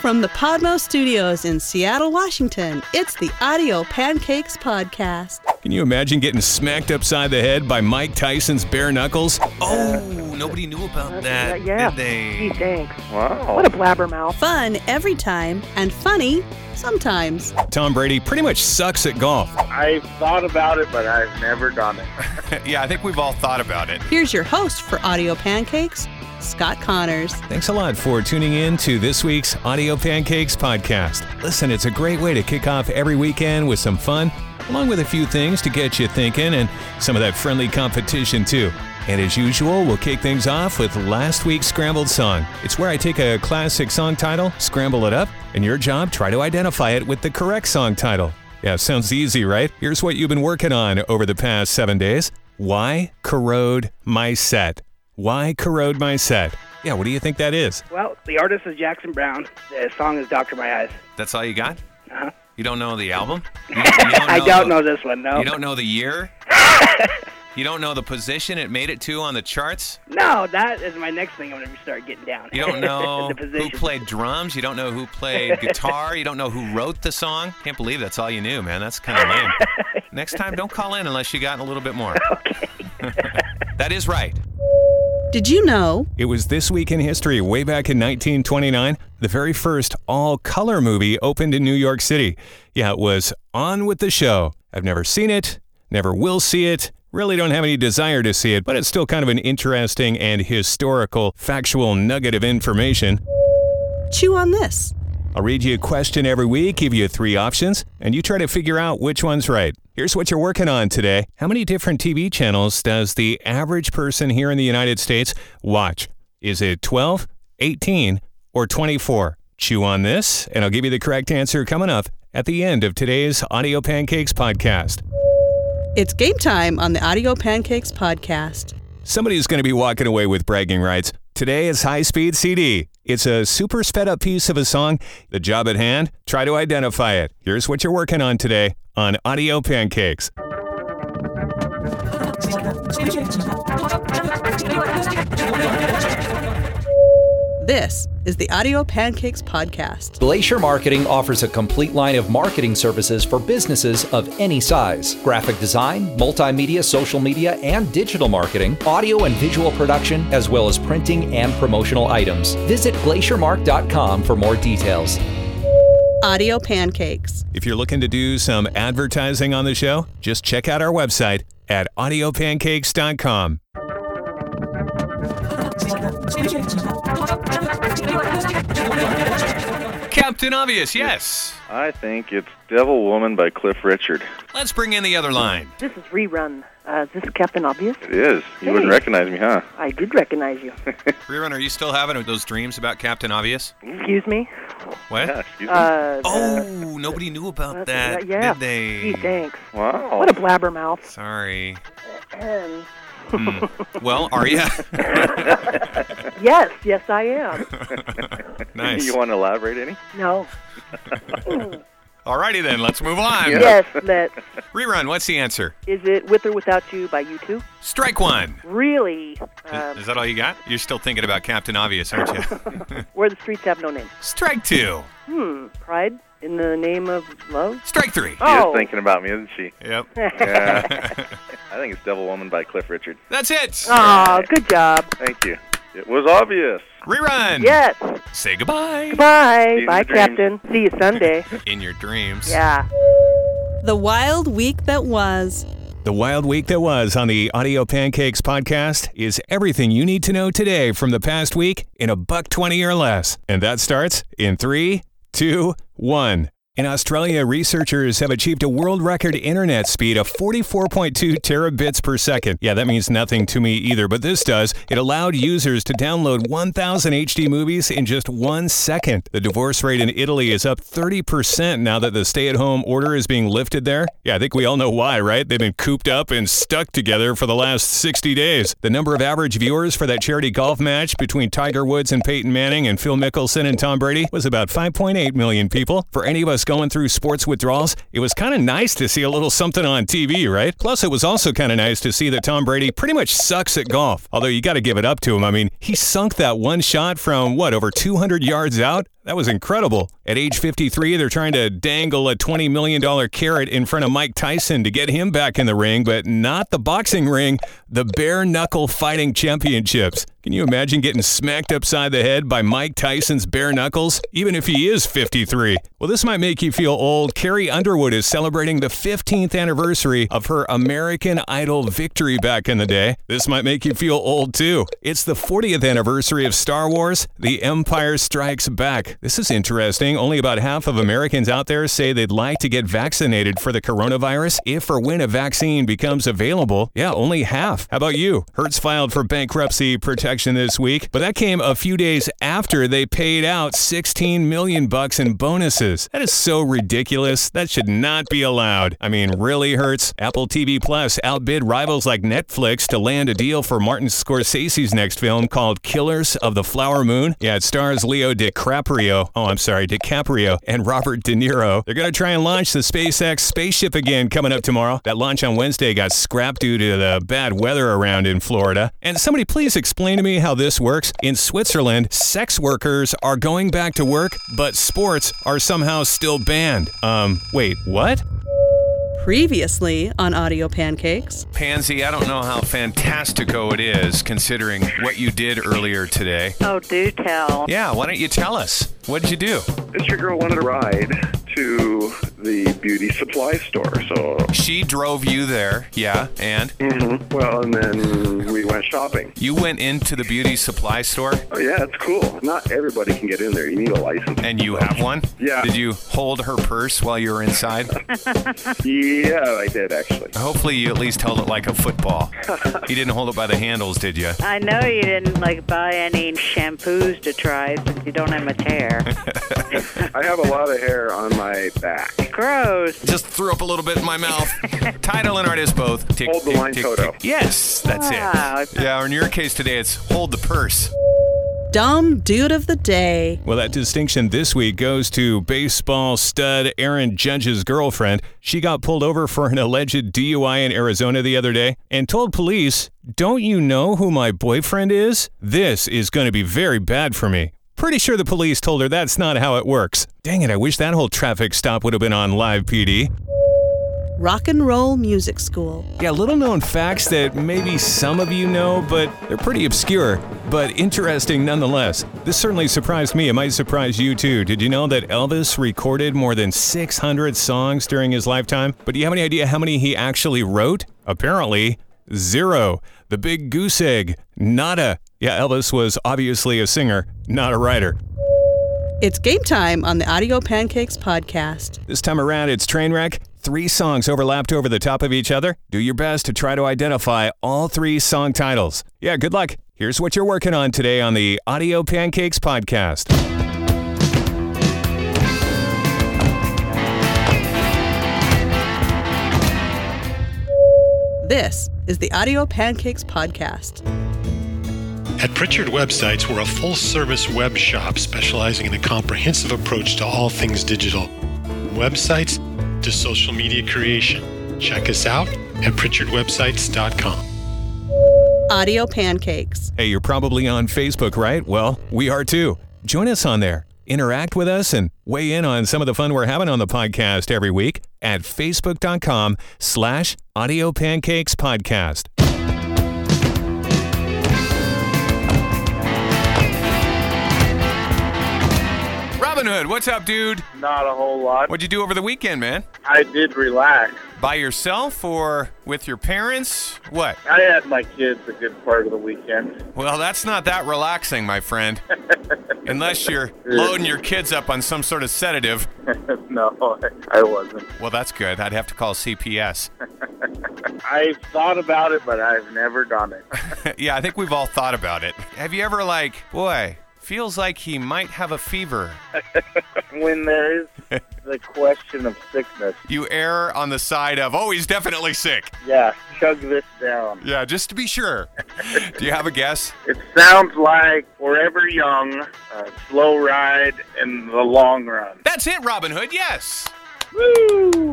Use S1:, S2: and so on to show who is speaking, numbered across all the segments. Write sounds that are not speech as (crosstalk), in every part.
S1: From the Podmo Studios in Seattle, Washington, it's the Audio Pancakes Podcast.
S2: Can you imagine getting smacked upside the head by Mike Tyson's bare knuckles?
S3: (laughs)
S2: Oh, nobody knew
S3: Uh,
S2: about
S4: Yeah,
S2: that,
S4: yeah.
S2: did
S4: Gee,
S2: they?
S4: thanks.
S5: Wow.
S4: What a blabbermouth.
S1: Fun every time and funny sometimes.
S2: Tom Brady pretty much sucks at golf.
S5: I've thought about it, but I've never done
S2: (laughs)
S5: it.
S2: yeah, I think we've all thought about it.
S1: Here's your host for Audio Pancakes, Scott Connors.
S2: Thanks a lot for tuning in to this week's Audio Pancakes podcast. Listen, it's a great way to kick off every weekend with some fun, along with a few things to get you thinking and some of that friendly competition, too. And as usual, we'll kick things off with last week's Scrambled Song. It's where I take a classic song title, scramble it up, and your job, try to identify it with the correct song title. Yeah, sounds easy, right? Here's what you've been working on over the past seven days. Why corrode my set? Why corrode my set? Yeah, what do you think that is?
S3: Well, the artist is Jackson Brown. The song is Doctor My Eyes.
S6: That's all you got?
S3: Uh-huh.
S6: You don't know the album?
S3: (laughs)
S6: You,
S3: I don't know this one, no.
S6: You don't know the year?
S3: (laughs)
S6: you don't know the position it made it to on the charts?
S3: No, that is my next thing I'm going to start getting down.
S6: You
S3: (laughs)
S6: don't know
S3: the
S6: who
S3: position.
S6: played drums? You don't know who
S3: (laughs)
S6: played guitar? You don't know who wrote the song? Can't believe that's all you knew, man. That's kind of lame.
S3: (laughs)
S6: Next time, don't call in unless you got a little bit more.
S3: Okay.
S6: (laughs) That is right.
S1: Did you know
S2: It was this week in history, way back in 1929, the very first all color movie opened in New York City. Yeah, it was On with the Show. I've never seen it, never will see it, really don't have any desire to see it, but it's still kind of an interesting and historical, factual nugget of information.
S1: Chew on This?
S2: I'll read you a question every week, give you three options, and you try to figure out which one's right. Here's what you're working on today. How many different TV channels does the average person here in the United States watch? Is it 12, 18, or 24? Chew on this, and I'll give you the correct answer coming up at the end of today's Audio Pancakes podcast.
S1: It's game time on the Audio Pancakes Podcast.
S2: Somebody's going to be walking away with bragging rights. Today is High Speed CD. It's a super sped up piece of a song. The job at hand, try to identify it. Here's what you're working on today on Audio Pancakes.
S1: This is the Audio Pancakes Podcast.
S7: Glacier Marketing offers a complete line of marketing services for businesses of any size graphic design, multimedia, social media, and digital marketing, audio and visual production, as well as printing and promotional items. Visit glaciermark.com for more details.
S1: Audio Pancakes.
S2: If you're looking to do some advertising on the show, just check out our website at audiopancakes.com.
S6: Captain Obvious, yes.
S5: I think it's Devil Woman by Cliff Richard.
S6: Let's bring in the other line.
S4: This is Rerun. Uh, is this Captain Obvious?
S5: It is. You
S4: Hey.
S5: wouldn't recognize me, huh?
S4: I did recognize you. (laughs)
S6: Rerun, are you still having those dreams about Captain Obvious?
S4: Excuse me?
S6: What?
S5: Yeah, excuse me.
S4: Uh,
S6: Oh, nobody knew
S4: uh,
S6: about that,
S4: yeah.
S6: did they?
S4: Gee, thanks.
S5: wow.
S4: What a blabbermouth.
S6: Sorry.
S4: Um,
S6: Well, Arya. (laughs)
S4: yes, yes, I am.
S6: nice.
S5: (laughs) You want to elaborate any?
S4: No.
S6: Alrighty then, let's move on.
S4: Yes, let's.
S6: Rerun, what's the answer?
S4: Is it With or Without You by you 2
S6: Strike one.
S4: Really?
S6: Is,
S4: Um,
S6: is that all you got? You're still thinking about Captain Obvious, aren't you?
S4: where the Streets Have No Name.
S6: Strike two.
S4: Hmm. Pride in the Name of Love?
S6: Strike three.
S5: She is
S4: Oh.
S5: thinking about me, isn't
S4: (laughs)
S5: she?
S6: Yep.
S5: Yeah. I think it's Devil Woman by Cliff Richard.
S6: That's it.
S4: Oh, good job.
S5: Thank you. It was obvious.
S6: Rerun.
S4: Yes.
S6: Say goodbye.
S4: Bye.
S5: you
S4: Bye,
S5: in your dreams.
S4: Captain. See you
S6: (laughs)
S4: Sunday.
S6: In your dreams.
S4: Yeah.
S1: The Wild Week That Was.
S2: The wild week that was on the Audio Pancakes podcast is everything you need to know today from the past week in a buck 20 or less. And that starts in three, two, one. In Australia, researchers have achieved a world record internet speed of 44.2 terabits per second. Yeah, that means nothing to me either, but this does. It allowed users to download 1,000 HD movies in just one second. The divorce rate in Italy is up 30% now that the stay at home order is being lifted there. Yeah, I think we all know why, right? They've been cooped up and stuck together for the last 60 days. The number of average viewers for that charity golf match between Tiger Woods and Peyton Manning and Phil Mickelson and Tom Brady was about 5.8 million people. For any of us going through sports withdrawals, it was kind of nice to see a little something on TV, right? Plus, it was also kind of nice to see that Tom Brady pretty much sucks at golf. Although you got to give it up to him. I mean, he sunk that one shot from what, over 200 yards out? That was incredible. At age 53, they're trying to dangle a $20 million carrot in front of Mike Tyson to get him back in the ring, but not the boxing ring, the bare knuckle fighting championships. Can you imagine getting smacked upside the head by Mike Tyson's bare knuckles, even if he is 53? Well, this might make you feel old. Carrie Underwood is celebrating the 15th anniversary of her American Idol victory back in the day. This might make you feel old too. It's the 40th anniversary of Star Wars The Empire Strikes Back. This is interesting. Only about half of Americans out there say they'd like to get vaccinated for the coronavirus if or when a vaccine becomes available. Yeah, only half. How about you? Hertz filed for bankruptcy protection this week, but that came a few days after they paid out 16 million bucks in bonuses. That is so ridiculous. That should not be allowed. I mean, really hurts. Apple TV Plus outbid rivals like Netflix to land a deal for Martin Scorsese's next film called Killers of the Flower Moon. Yeah, it stars Leo DiCaprio. Oh, I'm sorry, DiCaprio and Robert De Niro. They're going to try and launch the SpaceX spaceship again coming up tomorrow. That launch on Wednesday got scrapped due to the bad weather around in Florida. And somebody please explain to me how this works. In Switzerland, sex workers are going back to work, but sports are somehow still banned. Um, wait, what?
S1: Previously on Audio Pancakes.
S6: Pansy, I don't know how fantastico it is considering what you did earlier today.
S4: Oh, do tell.
S6: Yeah, why don't you tell us? What did you do?
S8: This your girl wanted a ride to the beauty supply store. So,
S6: She drove you there, yeah, and
S5: Mm-hmm.
S8: well, and then we went shopping.
S6: you went into the beauty supply store
S8: Oh, yeah, it's cool. Not everybody can get in there. You need a license.
S6: and you have one?
S8: Yeah.
S6: Did you hold her purse while you were inside?
S8: Yeah, I did actually.
S6: Hopefully, you at least held it like a football. You didn't hold it by the handles, did you?
S9: I know you didn't like buy any shampoos to try since you don't have much hair.
S8: I have a lot of hair on my back.
S9: Gross.
S6: Just threw up a little bit in my
S8: (laughs)
S6: mouth. Title and artist both. Tick,
S8: Hold the line, Ah, Toto.
S6: Yes, that's
S9: Wow.
S6: it. Yeah, or in your case today, it's hold the purse.
S1: Dumb Dude of the Day.
S2: Well, that distinction this week goes to baseball stud Aaron Judge's girlfriend. She got pulled over for an alleged DUI in Arizona the other day and told police, Don't you know who my boyfriend is? This is going to be very bad for me. Pretty sure the police told her that's not how it works. Dang it, I wish that whole traffic stop would have been on live PD.
S1: Rock and Roll Music School.
S2: Yeah, little known facts that maybe some of you know, but they're pretty obscure, but interesting nonetheless. This certainly surprised me. It might surprise you too. Did you know that Elvis recorded more than 600 songs during his lifetime? But do you have any idea how many he actually wrote? Apparently, zero. The Big Goose Egg, nada. Yeah, Elvis was obviously a singer, not a writer.
S1: It's game time on the Audio Pancakes podcast.
S2: This time around, it's Trainwreck. Three songs overlapped over the top of each other. Do your best to try to identify all three song titles. Yeah, good luck. Here's what you're working on today on the Audio Pancakes Podcast.
S1: This is the Audio Pancakes podcast.
S10: At Pritchard Websites, we're a full service web shop specializing in a comprehensive approach to all things digital. From Websites to social media creation. Check us out at PritchardWebsites.com.
S1: Audio Pancakes.
S2: Hey, you're probably on Facebook, right? Well, we are too. Join us on there. Interact with us and weigh in on some of the fun we're having on the podcast every week at facebook.com slash audio pancakes podcast.
S6: Robin Hood, what's up, dude?
S11: Not a whole lot.
S6: What'd you do over the weekend, man?
S11: I did relax.
S6: By yourself or with your parents? What?
S11: I had my kids a good part of the weekend. (laughs)
S6: Well, that's not that relaxing, my friend. Unless you're loading your kids up on some sort of sedative.
S11: no, I wasn't.
S6: Well, that's good. I'd have to call CPS.
S11: I've thought about it, but I've never done
S5: (laughs)
S11: it.
S6: (laughs) yeah, I think we've all thought about it. Have you ever, like, boy, feels like he might have a fever?
S11: when there is the question of sickness,
S6: You err on the side of, oh, he's definitely sick.
S11: yeah, chug this down.
S6: Yeah, just to be sure. Do you have a guess?
S11: It sounds like Forever Young, uh, Slow Ride, and The Long Run.
S6: That's it, Robin Hood. Yes.
S11: Woo!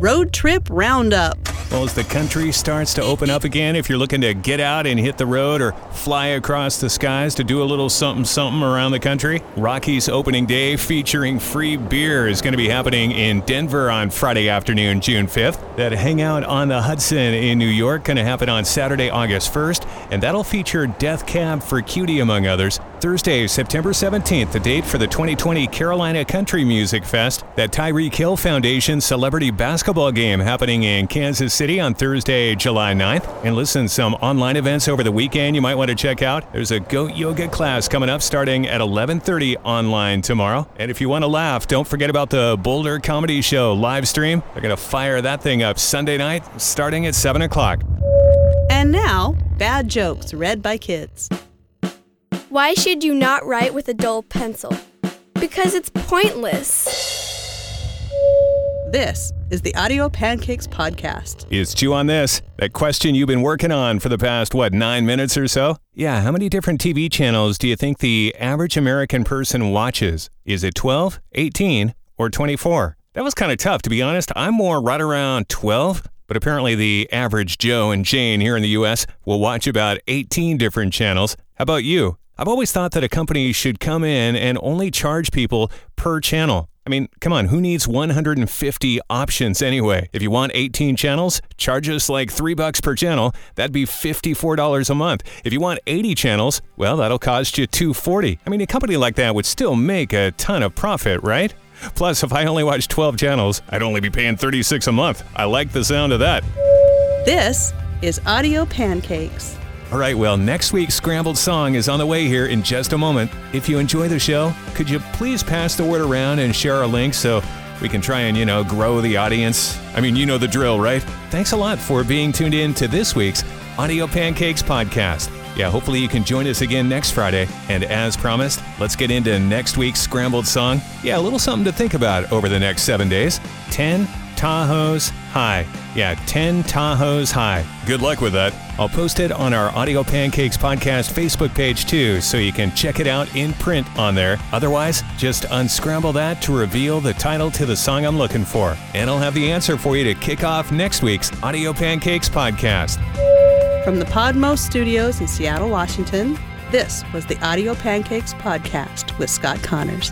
S1: Road Trip Roundup.
S2: Well, as the country starts to open up again, if you're looking to get out and hit the road or fly across the skies to do a little something something around the country, Rocky's opening day featuring free beer is going to be happening in Denver on Friday afternoon, June 5th. That hangout on the Hudson in New York going to happen on Saturday, August 1st, and that'll feature Death Cab for Cutie among others. Thursday, September 17th, the date for the 2020 Carolina Country Music Fest, that Tyreek Hill Foundation celebrity basketball game happening in Kansas City on Thursday, July 9th. And listen, some online events over the weekend you might want to check out. There's a goat yoga class coming up starting at 11:30 online tomorrow. And if you want to laugh, don't forget about the Boulder Comedy Show live stream. They're going to fire that thing up Sunday night starting at 7 o'clock.
S1: And now, bad jokes read by kids.
S12: Why should you not write with a dull pencil? Because it's pointless.
S1: This is the Audio Pancakes Podcast.
S2: It's Chew on This, that question you've been working on for the past, what, nine minutes or so? Yeah, how many different TV channels do you think the average American person watches? Is it 12, 18, or 24? That was kind of tough, to be honest. I'm more right around 12, but apparently the average Joe and Jane here in the U.S. will watch about 18 different channels. How about you? I've always thought that a company should come in and only charge people per channel. I mean, come on, who needs 150 options anyway? If you want 18 channels, charge us like 3 bucks per channel. That'd be $54 a month. If you want 80 channels, well, that'll cost you 240. I mean, a company like that would still make a ton of profit, right? Plus, if I only watch 12 channels, I'd only be paying 36 a month. I like the sound of that.
S1: This is Audio Pancakes.
S2: All right, well, next week's Scrambled Song is on the way here in just a moment. If you enjoy the show, could you please pass the word around and share a link so we can try and, you know, grow the audience? I mean, you know the drill, right? Thanks a lot for being tuned in to this week's Audio Pancakes podcast. Yeah, hopefully you can join us again next Friday. And as promised, let's get into next week's Scrambled Song. Yeah, a little something to think about over the next seven days. 10 Tahoes High. Yeah, 10 Tahoes High. Good luck with that. I'll post it on our Audio Pancakes Podcast Facebook page too, so you can check it out in print on there. Otherwise, just unscramble that to reveal the title to the song I'm looking for. And I'll have the answer for you to kick off next week's Audio Pancakes Podcast.
S1: From the Podmos Studios in Seattle, Washington, this was the Audio Pancakes Podcast with Scott Connors.